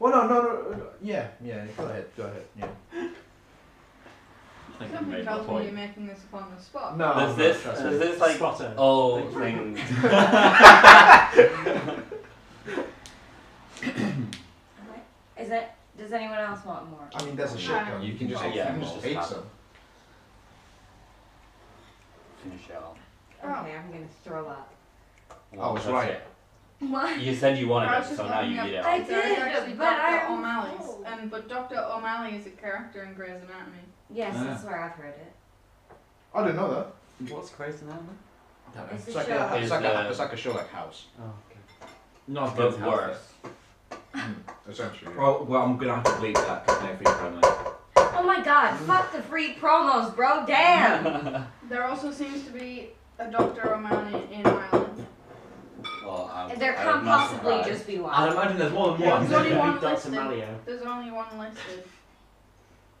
Speaker 3: Well, no, no, no, no. uh, Yeah, yeah. Go ahead. Go ahead. Yeah.
Speaker 6: I think you
Speaker 7: Something
Speaker 6: made my
Speaker 7: tells me you're
Speaker 6: point.
Speaker 7: making this upon the spot.
Speaker 3: No.
Speaker 8: Does
Speaker 3: no,
Speaker 8: this-
Speaker 3: trust
Speaker 8: does
Speaker 5: Uh,
Speaker 3: me.
Speaker 8: this- It's like-
Speaker 5: Spotter.
Speaker 8: all things.
Speaker 4: Okay. Is it? Does anyone else want more?
Speaker 3: I mean, there's a shit ton.
Speaker 7: Yeah.
Speaker 3: You can just,
Speaker 8: Yeah,
Speaker 3: you can
Speaker 8: well,
Speaker 3: just
Speaker 8: it's
Speaker 3: hate
Speaker 8: not-
Speaker 3: some.
Speaker 8: Finish it off.
Speaker 4: Okay, I'm gonna throw up.
Speaker 3: I was
Speaker 8: That's
Speaker 3: right.
Speaker 4: What?
Speaker 8: it. You said you
Speaker 7: I
Speaker 8: wanted
Speaker 7: was
Speaker 8: it,
Speaker 7: just
Speaker 8: so now you
Speaker 7: looking
Speaker 8: eat it.
Speaker 4: I
Speaker 8: all.
Speaker 7: There is
Speaker 4: did,
Speaker 7: actually
Speaker 4: but I
Speaker 7: Dr.
Speaker 4: don't
Speaker 7: O'Malley's,
Speaker 4: know.
Speaker 7: and but Dr. O'Malley is a character in Grey's Anatomy.
Speaker 4: Yes,
Speaker 6: Yeah.
Speaker 4: that's where I've heard it.
Speaker 3: I didn't know that.
Speaker 5: What's crazy now? man?
Speaker 6: Don't know.
Speaker 4: It's a
Speaker 3: It's like
Speaker 4: show.
Speaker 3: a, it's like a,
Speaker 8: Is, uh,
Speaker 3: it's like a show like House,
Speaker 5: Oh, okay.
Speaker 6: Not as good as
Speaker 8: But
Speaker 6: House,
Speaker 8: worse.
Speaker 3: essentially.
Speaker 6: though. Well, well, I'm gonna have to bleep that because no free family.
Speaker 4: Oh my god! Fuck the free promos, bro. *laughs* Damn.
Speaker 7: There also seems to be a Dr. O'Malley in Ireland.
Speaker 8: Well, I'm,
Speaker 4: there
Speaker 8: I'm
Speaker 4: can't
Speaker 8: not
Speaker 4: possibly
Speaker 8: surprised.
Speaker 4: just be
Speaker 6: I'd
Speaker 4: one.
Speaker 6: imagine there's more than
Speaker 7: Yeah,
Speaker 6: one.
Speaker 7: there's
Speaker 5: There's
Speaker 7: only
Speaker 5: a
Speaker 7: one
Speaker 5: big Dr.
Speaker 7: listed.
Speaker 5: Malio.
Speaker 7: There's only one listed.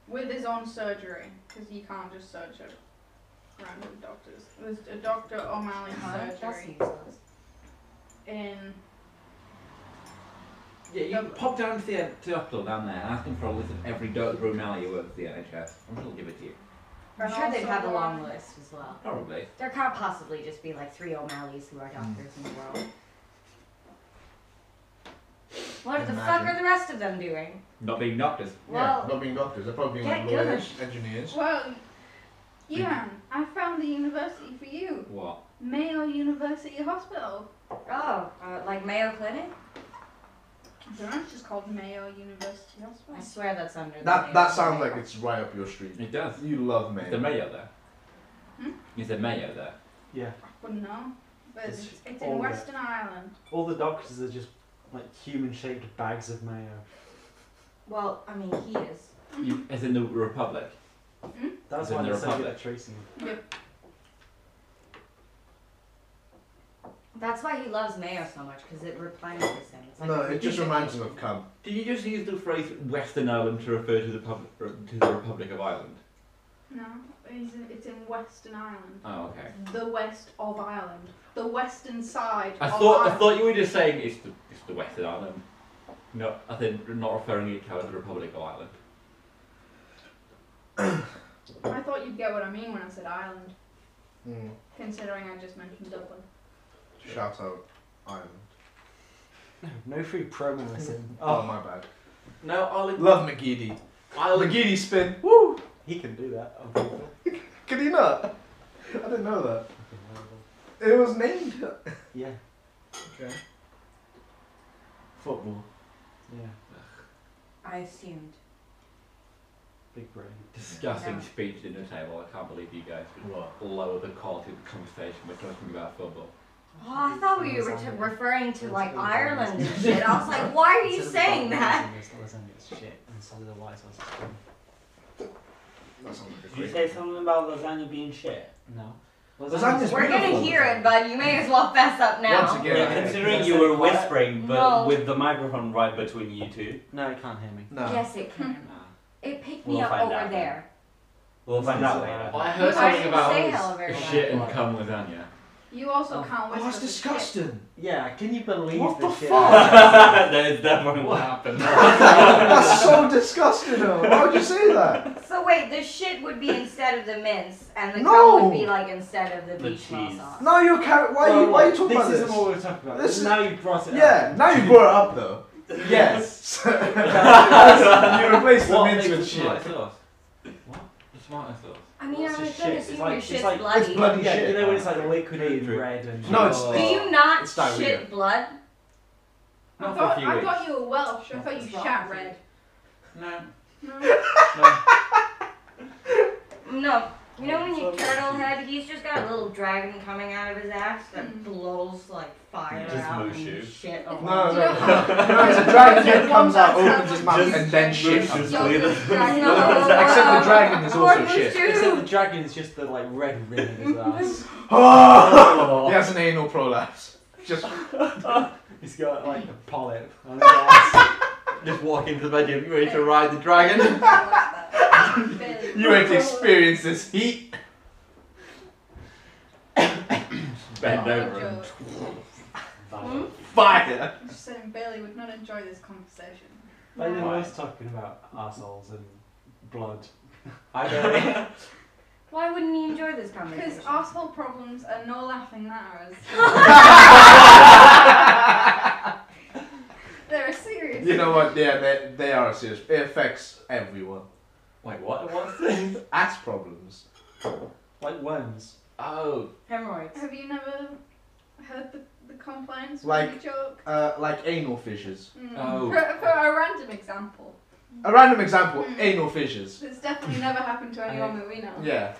Speaker 7: With his own surgery, because you can't just search it. Random doctors. There's a Dr. O'Malley
Speaker 4: Huh? That's
Speaker 7: surgery
Speaker 4: useless.
Speaker 7: in.
Speaker 6: Yeah, you can pop down to the, to the hospital down there and ask them for a list of every Dr. O'Malley who works at the NHS. I'm sure they'll give it to you.
Speaker 4: I'm
Speaker 7: and
Speaker 4: sure they'd
Speaker 7: also
Speaker 4: have a
Speaker 7: the-
Speaker 4: long list as well.
Speaker 6: Probably.
Speaker 4: There can't possibly just be like three O'Malleys who are doctors in the world. What the fuck
Speaker 3: Imagine.
Speaker 4: are the rest of them doing?
Speaker 6: Not being doctors.
Speaker 3: yeah,
Speaker 4: Well,
Speaker 3: not being doctors, they're probably being
Speaker 4: get
Speaker 3: like lawyers, engineers.
Speaker 7: Well, Ian, I found the university for you
Speaker 6: What?
Speaker 7: Mayo University Hospital.
Speaker 4: oh, uh, like Mayo Clinic?
Speaker 7: I don't know, it's just called Mayo University Hospital.
Speaker 4: I swear that's under. the Mayo
Speaker 3: That that sounds
Speaker 4: Clinic.
Speaker 3: like it's right up your street.
Speaker 6: It does.
Speaker 3: You love
Speaker 6: Is the
Speaker 3: Maine.
Speaker 6: mayo there?
Speaker 7: Hmm?
Speaker 6: Is the mayo there?
Speaker 5: Yeah.
Speaker 7: I wouldn't know. But
Speaker 5: It's
Speaker 7: it's, it's in
Speaker 5: all the-
Speaker 7: Western Ireland.
Speaker 5: All the doctors are just like human-shaped bags of mayo.
Speaker 4: Well, I mean, he is.
Speaker 6: You, as in the Republic.
Speaker 5: That's
Speaker 6: As in
Speaker 5: why
Speaker 6: the
Speaker 5: they're so good
Speaker 6: Republic.
Speaker 5: at tracing.
Speaker 4: That's why he loves mayo so much because it replenishes him. It's like
Speaker 3: No,
Speaker 4: a
Speaker 3: it just
Speaker 4: nutrition
Speaker 3: reminds
Speaker 4: aid.
Speaker 3: them of cum.
Speaker 6: Did you just use the phrase Western Ireland to refer to the pub, to the Republic of Ireland?
Speaker 7: No, it's in, it's in Western Ireland.
Speaker 6: Oh, okay.
Speaker 7: The west of Ireland. The western side
Speaker 6: I
Speaker 7: of
Speaker 6: thought I
Speaker 7: Ireland.
Speaker 6: thought you were just saying it's the it's the Western Ireland. No, I think not referring it to as the Republic of Ireland.
Speaker 7: I thought you'd get what I mean when I said Ireland,
Speaker 3: Mm.
Speaker 7: considering I just mentioned Dublin.
Speaker 3: Shout out Ireland.
Speaker 5: No free promos in.
Speaker 3: Oh,
Speaker 5: Oh,
Speaker 3: my bad.
Speaker 6: No, Ireland.
Speaker 3: Love McGeady.
Speaker 6: Ireland.
Speaker 3: McGeady spin. Woo!
Speaker 5: he can do that. Oh,
Speaker 3: Can he not? I didn't know that.
Speaker 5: Fucking horrible.
Speaker 3: It was named.
Speaker 5: Yeah,
Speaker 3: Okay. Football.
Speaker 5: yeah.
Speaker 4: I assumed.
Speaker 5: Big brain.
Speaker 6: Discussing
Speaker 4: Yeah.
Speaker 6: speech dinner table. I can't believe you guys
Speaker 8: What?
Speaker 6: would lower the quality of the conversation by talking about football.
Speaker 4: Oh, I thought we were t-
Speaker 5: Lasagna.
Speaker 4: referring to like
Speaker 5: It's
Speaker 4: Ireland and
Speaker 5: good.
Speaker 4: shit. I was like, why are you
Speaker 5: Instead of
Speaker 4: saying
Speaker 5: the
Speaker 4: that?
Speaker 5: lasagna, it's the lasagna, it's shit, and so the white sauce is good.
Speaker 3: That sounds like a
Speaker 8: Did you say something about lasagna being shit?
Speaker 5: No.
Speaker 3: Lasagna's
Speaker 4: We're gonna
Speaker 3: beautiful.
Speaker 4: hear it, but you may as well fess up
Speaker 3: Once
Speaker 4: now.
Speaker 3: again,
Speaker 8: Yeah,
Speaker 3: I-
Speaker 8: considering
Speaker 5: That's
Speaker 8: you
Speaker 5: it.
Speaker 8: were whispering, but
Speaker 4: No.
Speaker 8: with the microphone right between you two,
Speaker 5: No, you can't hear me.
Speaker 3: No.
Speaker 4: Yes, it
Speaker 5: Hmm.
Speaker 4: can.
Speaker 6: Nah.
Speaker 4: It picked
Speaker 8: We'll
Speaker 4: me up
Speaker 8: find
Speaker 4: over
Speaker 8: out.
Speaker 4: there.
Speaker 8: we'll find out
Speaker 5: It's, uh,
Speaker 8: later.
Speaker 6: Well, I
Speaker 7: You
Speaker 6: heard
Speaker 7: guys
Speaker 6: something
Speaker 7: didn't
Speaker 4: say
Speaker 6: about
Speaker 4: hell very
Speaker 6: shit
Speaker 4: well.
Speaker 6: and cum lasagna.
Speaker 7: You also
Speaker 5: Oh.
Speaker 7: can't whisper.
Speaker 3: Oh, it's
Speaker 7: the shit.
Speaker 3: disgusting.
Speaker 5: Yeah, can you believe
Speaker 3: What
Speaker 5: the
Speaker 3: the
Speaker 6: *laughs*
Speaker 5: shit?
Speaker 3: fuck?
Speaker 8: that is definitely
Speaker 6: What
Speaker 8: what happened. *laughs*
Speaker 3: *laughs*
Speaker 6: happened?
Speaker 3: That's so disgusting. Though. Why would you say that?
Speaker 4: So wait, the shit would be instead of the mince, and the
Speaker 3: No!
Speaker 4: cum would be like instead of the,
Speaker 8: The
Speaker 4: beechmel
Speaker 8: cheese.
Speaker 4: sauce.
Speaker 3: No, you're carry. Why are you? Why are you talking
Speaker 5: this
Speaker 3: about this?
Speaker 5: isn't what we were talking about.
Speaker 3: This is-
Speaker 5: now you brought it
Speaker 3: yeah.
Speaker 5: up.
Speaker 3: Now you brought it up though.
Speaker 5: Yes.
Speaker 3: So- *laughs* you replaced the
Speaker 6: What
Speaker 3: mince
Speaker 6: makes
Speaker 3: with
Speaker 6: the tomato
Speaker 3: shit.
Speaker 6: sauce? What? The tomato sauce.
Speaker 4: I mean,
Speaker 5: It's
Speaker 4: I was
Speaker 5: just
Speaker 4: gonna
Speaker 5: shit. It's
Speaker 4: assume
Speaker 5: like-
Speaker 4: your
Speaker 5: it's
Speaker 4: shit's
Speaker 5: like-
Speaker 4: bloody.
Speaker 3: It's bloody
Speaker 5: yeah,
Speaker 3: shit.
Speaker 5: you know when it's like liquidy and
Speaker 6: Food.
Speaker 5: red and
Speaker 3: No, it's- *laughs*
Speaker 4: Do you not
Speaker 6: It's
Speaker 4: shit
Speaker 6: diarrhea.
Speaker 4: blood?
Speaker 7: I
Speaker 6: Not for a
Speaker 7: thought,
Speaker 6: few
Speaker 7: I
Speaker 6: weeks.
Speaker 7: thought you were Welsh.
Speaker 3: Oh,
Speaker 7: I thought you shat red.
Speaker 8: *laughs*
Speaker 6: No.
Speaker 7: No.
Speaker 4: No. You
Speaker 3: Oh,
Speaker 4: know when you turtle head, he's just got a little dragon coming out of his ass that blows like fire
Speaker 8: Just
Speaker 4: out
Speaker 8: Mushu.
Speaker 4: and shit.
Speaker 3: Oh, No, *laughs* no,
Speaker 4: all over.
Speaker 7: Do you know how-
Speaker 3: no. It's a dragon head comes out, opens his mouth,
Speaker 8: Just
Speaker 3: and then shit.
Speaker 8: Mushu's
Speaker 3: comes out.
Speaker 8: clean.
Speaker 4: No,
Speaker 8: No,
Speaker 3: except the
Speaker 4: um,
Speaker 3: dragon is
Speaker 4: or
Speaker 3: also
Speaker 4: Mushu.
Speaker 3: shit.
Speaker 5: Except the dragon is just the like red ring in
Speaker 3: *laughs*
Speaker 5: his ass.
Speaker 3: Oh, he has an anal prolapse. Just
Speaker 5: He's got like a polyp on his
Speaker 3: *laughs*
Speaker 5: ass.
Speaker 6: Just walk into the bedroom. You ready to ride the dragon?
Speaker 3: you
Speaker 7: *laughs*
Speaker 3: ain't experienced this heat.
Speaker 6: Bend
Speaker 7: Oh,
Speaker 6: over and
Speaker 7: joke.
Speaker 3: Hmm?
Speaker 4: Hmm?
Speaker 3: Fire.
Speaker 7: I'm just saying Bailey would not enjoy this conversation.
Speaker 5: Like they
Speaker 8: Why?
Speaker 5: were talking about assholes and blood. *laughs*
Speaker 8: I don't
Speaker 4: Why wouldn't he enjoy this
Speaker 7: Because
Speaker 4: conversation?
Speaker 7: asshole problems are no laughing matters.
Speaker 3: *laughs*
Speaker 7: They're serious.
Speaker 3: You know what? Yeah, they, they are serious. It affects everyone.
Speaker 6: Wait,
Speaker 8: *laughs*
Speaker 3: *laughs*
Speaker 6: what?
Speaker 8: What's this?
Speaker 3: Ass problems.
Speaker 5: Like worms.
Speaker 6: Oh,
Speaker 4: Hemorrhoids.
Speaker 7: Have you never heard the, the complaints from
Speaker 3: Like-
Speaker 7: the joke?
Speaker 3: Uh, like anal fissures.
Speaker 7: Mm.
Speaker 6: Oh.
Speaker 7: For, for a random example,
Speaker 3: A random example:
Speaker 7: Mm.
Speaker 3: anal fissures.
Speaker 7: it's definitely never happened to anyone that we know.
Speaker 3: Yeah,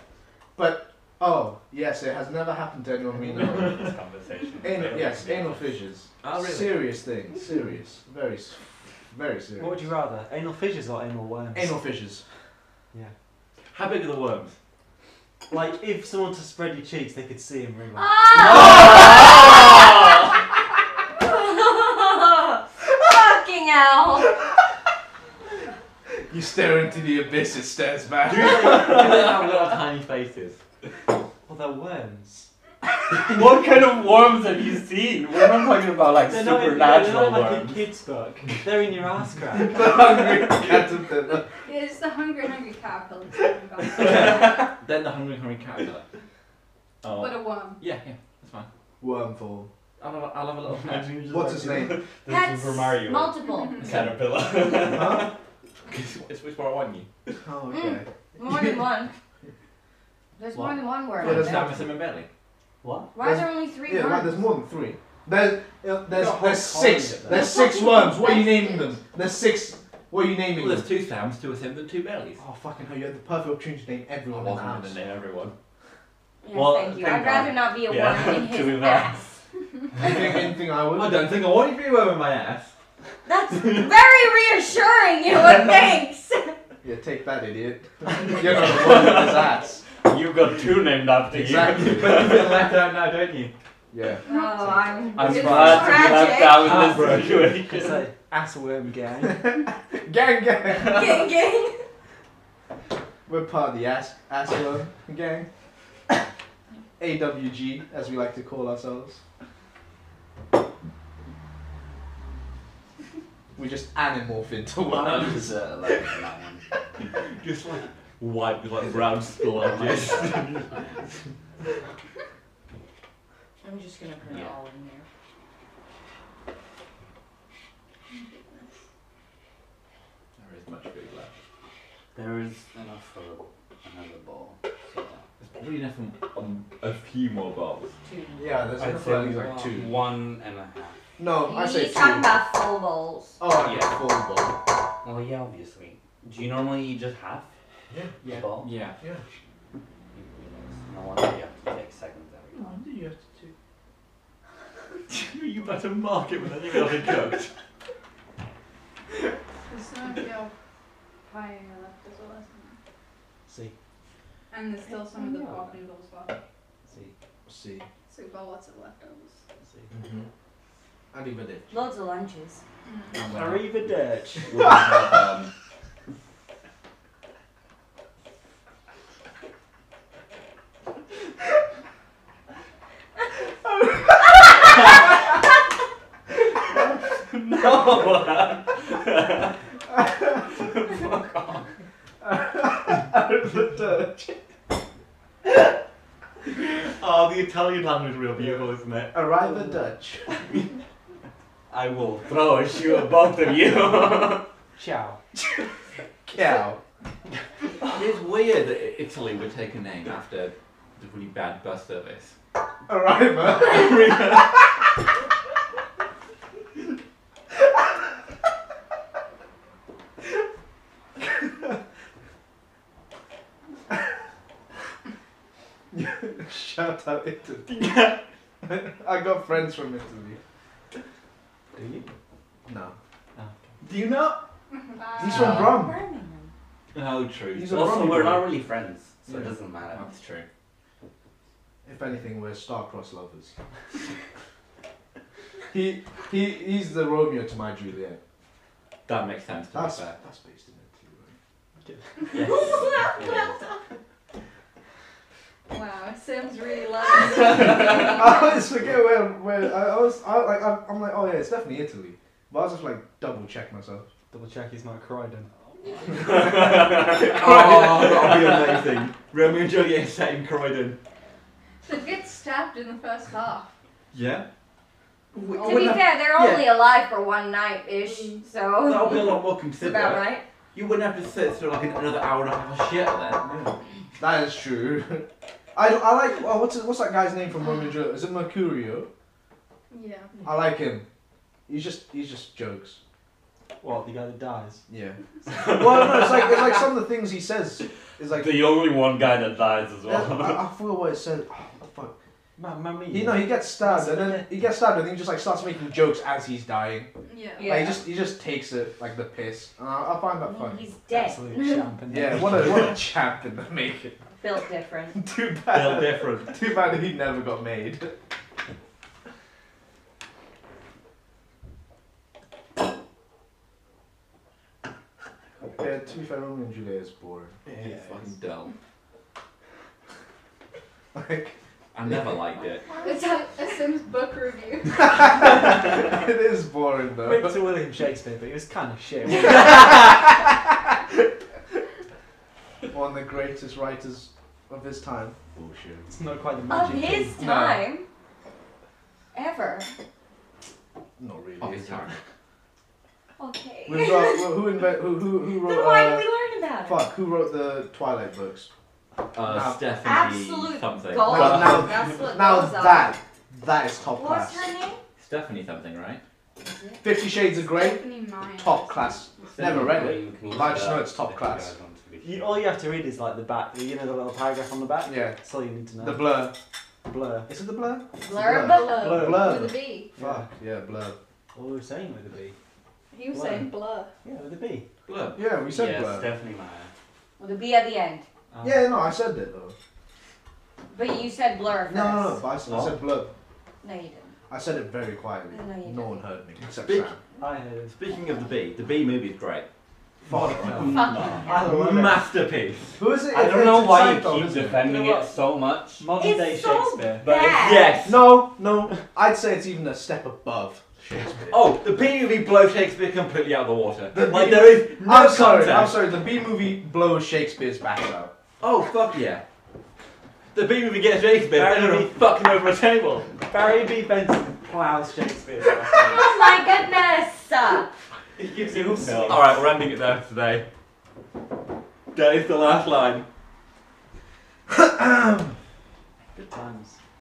Speaker 3: but oh yes, it has never happened to anyone we know.
Speaker 6: *laughs*
Speaker 8: this conversation.
Speaker 3: anal, yes, anal fissures.
Speaker 6: oh really?
Speaker 3: Serious thing. Serious. Very, s- very serious.
Speaker 5: What would you rather? Anal fissures or anal worms?
Speaker 3: Anal fissures.
Speaker 6: How big are the worms?
Speaker 5: Like if someone to spread your cheeks, they could see him ring. Like,
Speaker 3: *laughs*
Speaker 4: Ah! *laughs* Fucking hell!
Speaker 3: You stare into the abyss. It stares back. *laughs*
Speaker 6: Do *laughs* *laughs* they, do they have little tiny faces?
Speaker 5: well, they're worms.
Speaker 8: *laughs* what kind of worms have you seen? We're not talking about like
Speaker 5: They're not, in-
Speaker 8: supernatural
Speaker 5: they're not like
Speaker 8: worms.
Speaker 5: a kid's book. They're in your ass crack.
Speaker 3: the hungry *laughs* caterpillar.
Speaker 7: Yeah, it's the hungry,
Speaker 3: *laughs*
Speaker 7: hungry caterpillar. talking about.
Speaker 6: Then the hungry, hungry caterpillar. Oh.
Speaker 7: What a worm.
Speaker 6: yeah, yeah, that's fine.
Speaker 3: Wormful.
Speaker 6: I'll have, I'll have a little snack. *laughs*
Speaker 3: What's his name?
Speaker 8: This is
Speaker 4: Pets.
Speaker 8: for Mario.
Speaker 4: Multiple.
Speaker 8: Caterpillar.
Speaker 3: Huh?
Speaker 6: It's it's which one I want you.
Speaker 3: Oh, okay.
Speaker 4: More than one. There's more than one word.
Speaker 3: Yeah,
Speaker 4: in
Speaker 3: there's
Speaker 4: there.
Speaker 3: not-
Speaker 6: Samus and Belly.
Speaker 5: What?
Speaker 4: Why is there only three
Speaker 3: Yeah,
Speaker 4: words?
Speaker 3: right, there's more than three. There's uh, there's,
Speaker 5: a whole
Speaker 3: there's
Speaker 5: colony
Speaker 3: six.
Speaker 5: of them.
Speaker 3: There's six worms. What are you naming them? There's six. What are you naming
Speaker 6: Well,
Speaker 3: them?
Speaker 6: there's two Sams, two of them, and two Bellies.
Speaker 3: Oh fucking hell! You had the perfect opportunity to name
Speaker 6: I
Speaker 3: everyone in the
Speaker 6: wasn't
Speaker 3: house.
Speaker 6: going to name everyone.
Speaker 4: Yes,
Speaker 8: Well,
Speaker 4: thank you.
Speaker 8: thank
Speaker 4: I'd rather not be a
Speaker 8: Yeah, *laughs*
Speaker 4: worm in
Speaker 8: to be
Speaker 4: his
Speaker 8: fair.
Speaker 4: ass.
Speaker 3: Anything, anything I would.
Speaker 6: *laughs* I don't think I want to be wearing my ass.
Speaker 4: That's
Speaker 8: *laughs*
Speaker 4: very reassuring, you would thanks.
Speaker 3: Yeah, take that, idiot.
Speaker 6: *laughs*
Speaker 3: You're not the one with his ass.
Speaker 8: You've got two named after
Speaker 3: Exactly.
Speaker 8: you. *laughs*
Speaker 6: But you feel left out now, don't you?
Speaker 3: Yeah.
Speaker 4: Oh, I'm,
Speaker 8: I'm
Speaker 4: it's
Speaker 8: glad to be
Speaker 4: tragic.
Speaker 8: left
Speaker 6: Ah,
Speaker 8: out in
Speaker 5: Heartbroken.
Speaker 8: this situation.
Speaker 5: It's like ass worm
Speaker 6: *laughs*
Speaker 5: gang.
Speaker 3: Gang, gang.
Speaker 4: *laughs* Gang, gang.
Speaker 3: We're part of the ass ass worm gang. AWG, as we like to call ourselves. We just animorph into one.
Speaker 6: Just like white with like
Speaker 8: *laughs*
Speaker 6: brown splotches.
Speaker 4: I'm just gonna put it all in there.
Speaker 6: there is much food left.
Speaker 8: There is enough for another bowl. So.
Speaker 6: There's probably enough on, on um, a few more bars.
Speaker 4: Two.
Speaker 3: Yeah, there's
Speaker 8: I'd
Speaker 3: enough
Speaker 8: say
Speaker 3: at
Speaker 8: we
Speaker 3: least
Speaker 8: like
Speaker 3: like two.
Speaker 8: One and a half.
Speaker 3: No, Oh, I say
Speaker 4: He's
Speaker 3: two.
Speaker 4: talking about full bowls.
Speaker 3: Oh,
Speaker 8: Yeah.
Speaker 3: yeah, full bowl.
Speaker 8: Well, yeah, obviously. Do you normally just have
Speaker 3: Yeah.
Speaker 8: a bowl?
Speaker 6: Yeah.
Speaker 3: Yeah.
Speaker 8: No wonder you have to take seconds every
Speaker 3: No, you have to two.
Speaker 6: you better mark it with anything else it cooked.
Speaker 7: There's some of your pie left as well, isn't
Speaker 5: See,
Speaker 7: there? And there's still some of the bob noodles left.
Speaker 5: see,
Speaker 3: See.
Speaker 7: So we've got lots of leftovers.
Speaker 5: see.
Speaker 3: Mm-hmm. And even it.
Speaker 4: Loads of lunches.
Speaker 3: Mm.
Speaker 5: Arrivederci.
Speaker 6: We'll have, um,
Speaker 8: *laughs* Oh, the Italian language is real beautiful, isn't it?
Speaker 3: Arrive the Dutch.
Speaker 8: I will throw a shoe at both of you.
Speaker 5: Ciao.
Speaker 3: Cow.
Speaker 6: It is weird that I- Italy would take a name after the really bad bus service.
Speaker 3: *laughs* Arriva. Shout out Italy. *laughs* I got friends from Italy.
Speaker 5: Do you?
Speaker 3: No.
Speaker 5: Oh.
Speaker 3: Do you not? He's from
Speaker 7: Uh,
Speaker 3: Brum.
Speaker 4: Birmingham.
Speaker 6: Oh, true.
Speaker 3: He's a
Speaker 8: also,
Speaker 3: Brummy
Speaker 8: we're
Speaker 3: boy.
Speaker 8: not really friends, so it
Speaker 3: Yeah.
Speaker 8: doesn't matter.
Speaker 6: That's true.
Speaker 3: If anything, we're star-crossed lovers. *laughs* he, he, he's the Romeo to my Juliet.
Speaker 6: That makes sense. To
Speaker 3: That's,
Speaker 6: be fair.
Speaker 3: that's based in Italy, right?
Speaker 7: Wow, Sam's really loving
Speaker 3: *laughs*
Speaker 7: it.
Speaker 3: I always forget where, where I always, I, like, I'm, I'm like, oh yeah, it's definitely Italy. But I was just like, double check myself.
Speaker 5: Double check he's not Croydon.
Speaker 3: *laughs*
Speaker 6: oh, that would be amazing. Romeo and Juliet set in Croydon.
Speaker 7: They get stabbed in the first half.
Speaker 6: Yeah?
Speaker 3: Oh,
Speaker 4: To be fair, they're
Speaker 6: yeah.
Speaker 4: only alive for one night ish,
Speaker 6: That
Speaker 3: Oh,
Speaker 6: would
Speaker 4: so
Speaker 6: be a lot
Speaker 4: *laughs*
Speaker 6: more
Speaker 4: it's about
Speaker 6: considerate.
Speaker 4: right.
Speaker 6: You wouldn't have to sit through like another hour and a half of shit then.
Speaker 3: That is true. *laughs* I, I like, oh, what's, what's that guy's name from Romeo and Juliet? Is it Mercurio?
Speaker 7: Yeah.
Speaker 3: I like him. He's just, he's just jokes.
Speaker 5: What, the guy that dies?
Speaker 3: Yeah. *laughs* well, no, it's like, it's like some of the things he says is like,
Speaker 8: The only one guy that dies as
Speaker 3: Yeah,
Speaker 6: *laughs*
Speaker 8: well.
Speaker 3: *laughs* I, I forgot what it said. Oh, what the fuck.
Speaker 5: Mamma mia.
Speaker 3: He, no, he gets stabbed, and then he gets stabbed, and then he just like starts making jokes as he's dying.
Speaker 7: Yeah.
Speaker 4: Yeah. Mm-hmm.
Speaker 3: Like he just he just takes it like the piss, and I, I find that funny.
Speaker 4: He's dead.
Speaker 5: Absolute champ. isn't he?
Speaker 3: Yeah, what *laughs* a what a champ in the making.
Speaker 4: *laughs*
Speaker 3: *laughs*
Speaker 4: Built
Speaker 8: *laughs*
Speaker 4: different.
Speaker 3: Too
Speaker 8: They're
Speaker 3: bad.
Speaker 8: different.
Speaker 3: Too bad he never got made. Yeah, to be fair, Romeo and Juliet is boring. *laughs*
Speaker 5: Yeah.
Speaker 6: It's fucking dull.
Speaker 3: Like
Speaker 6: I never liked it.
Speaker 7: It's like a Sims book review.
Speaker 3: *laughs* it is boring though.
Speaker 5: Went to William Shakespeare, but he was kind of shit. wasn't
Speaker 3: One of the greatest writers of his time. Bullshit.
Speaker 5: he? it's not quite the
Speaker 4: Of
Speaker 5: magic. thing.
Speaker 4: his
Speaker 3: No.
Speaker 4: time. Ever.
Speaker 3: Not really.
Speaker 6: Of his time.
Speaker 4: Okay.
Speaker 3: We've got well, who inve- who who who
Speaker 4: then
Speaker 3: wrote
Speaker 4: why did we
Speaker 3: uh,
Speaker 4: learn about it?
Speaker 3: fuck who wrote the Twilight books?
Speaker 6: Uh,
Speaker 3: No.
Speaker 6: Stephanie
Speaker 4: Absolute
Speaker 6: something.
Speaker 4: gold.
Speaker 3: Now- now-
Speaker 4: Oh, That's what
Speaker 3: Now
Speaker 4: goes
Speaker 3: that that is
Speaker 4: up.
Speaker 3: top
Speaker 4: What's
Speaker 3: class.
Speaker 4: her name?
Speaker 6: Stephanie something, right?
Speaker 3: Fifty Shades of Grey,
Speaker 7: Stephanie Meyer.
Speaker 3: top class. Never read it.
Speaker 8: You can look
Speaker 3: I
Speaker 8: it
Speaker 3: just
Speaker 8: up
Speaker 3: know it's top
Speaker 8: if you
Speaker 3: class.
Speaker 8: guys want to be
Speaker 5: You,
Speaker 8: sure.
Speaker 6: oh,
Speaker 5: all you have to read is like the back, you know, the little paragraph on the back.
Speaker 3: Yeah,
Speaker 5: That's all you need to know.
Speaker 3: the blur.
Speaker 5: blur.
Speaker 3: Is it the blur?
Speaker 4: Blur
Speaker 5: Blur.
Speaker 4: below.
Speaker 3: Blur.
Speaker 7: With a B.
Speaker 3: Fuck yeah, blur.
Speaker 5: What were we saying with a B?
Speaker 7: He was
Speaker 5: Blur.
Speaker 7: saying blur.
Speaker 5: Yeah, with a B.
Speaker 6: Blub.
Speaker 3: Yeah, we said
Speaker 8: yeah,
Speaker 3: blur.
Speaker 8: Stephanie Meyer.
Speaker 4: With a B at the end.
Speaker 5: Um,
Speaker 3: yeah, no, I said it though.
Speaker 4: But you said blur first.
Speaker 3: No, no, no. But I, said, I said blur.
Speaker 4: No, you didn't.
Speaker 3: I said it very quietly.
Speaker 4: No, you didn't.
Speaker 3: No one heard me except
Speaker 6: Big-
Speaker 3: Sam.
Speaker 5: I heard it.
Speaker 6: Speaking of the B, the B movie is great.
Speaker 3: Fuck.
Speaker 4: Fucking
Speaker 5: I love it.
Speaker 6: Masterpiece.
Speaker 3: Who is it?
Speaker 8: I don't
Speaker 3: It's
Speaker 8: know
Speaker 3: in
Speaker 8: why you
Speaker 3: Seinfeld,
Speaker 8: keep
Speaker 3: isn't it?
Speaker 8: defending
Speaker 5: You know
Speaker 8: it
Speaker 5: what?
Speaker 8: so much.
Speaker 5: Modern
Speaker 4: It's
Speaker 5: day
Speaker 4: so
Speaker 5: Shakespeare.
Speaker 8: But
Speaker 4: Bad.
Speaker 8: it's, yes.
Speaker 3: No, no. I'd say it's even a step above Shakespeare.
Speaker 6: Oh, the B movie blows Shakespeare completely out of the water.
Speaker 3: The
Speaker 6: like
Speaker 3: B-
Speaker 6: there is no
Speaker 3: I'm sorry, I'm
Speaker 6: contest.
Speaker 3: sorry, the B movie blows Shakespeare's back out.
Speaker 6: Oh fuck yeah. The B movie gets Shakespeare,
Speaker 5: That
Speaker 6: they're gonna
Speaker 5: movie-
Speaker 6: fuck him over a table.
Speaker 5: Barry B. Benson plows Shakespeare.
Speaker 4: Oh my goodness! *laughs* Uh,
Speaker 5: he gives *laughs* you all sorts.
Speaker 6: Alright, we're ending it there for today. That is the last line.
Speaker 5: Good times.